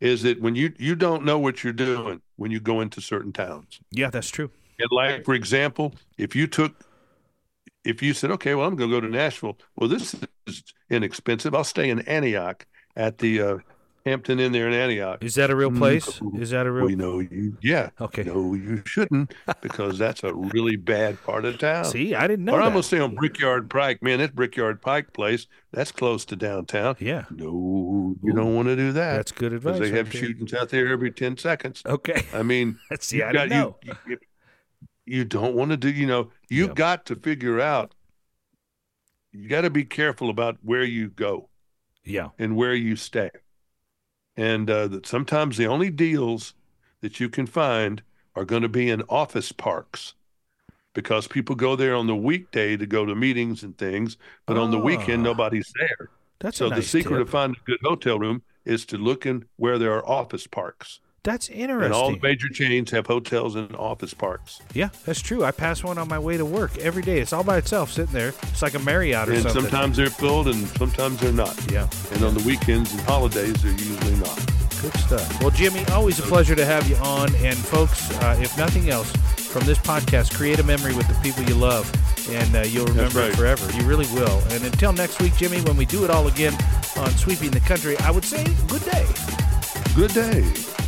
is that when you you don't know what you're doing when you go into certain towns.
Yeah, that's true.
And like for example, if you took, if you said, okay, well, I'm going to go to Nashville. Well, this is inexpensive. I'll stay in Antioch at the uh, Hampton Inn there in Antioch.
Is that a real place?
No.
Is that a real?
Mm-hmm. Well, you know, you yeah,
okay.
no, you shouldn't because that's a really bad part of town.
See, I didn't know.
or
that.
I'm going to stay on Brickyard Pike. Man, that Brickyard Pike place that's close to downtown.
Yeah,
No, you don't want to do that.
that's good advice.
because they
right
have
there.
shootings out there every ten seconds.
Okay.
I mean.
See,
You've
I didn't
got- you-
know.
You, you, you don't want to do, you know, you've
Yeah.
got to figure out, you got to be careful about where you go
Yeah.
and where you stay. And uh, that sometimes the only deals that you can find are going to be in office parks. because people go there on the weekday to go to meetings and things, but on the weekend nobody's there.
Ah. That's
So
a nice
the secret
tip.
to find a good hotel room is to look in where there are office parks.
That's
And all the
interesting.
major chains have hotels and office parks.
yeah, that's true. I pass one on my way to work every day. It's all by itself sitting there. It's like a Marriott or
And
something.
sometimes they're filled and sometimes they're not.
yeah,
And on the weekends and holidays, they're usually not.
good stuff. Well, Jimmy, always a pleasure to have you on. And folks, uh, if nothing else, from this podcast, create a memory with the people you love, and uh, you'll remember it
right.
forever. You really will. And until next week, Jimmy, when we do it all again on Sweeping the Country, I would say good day.
Good day.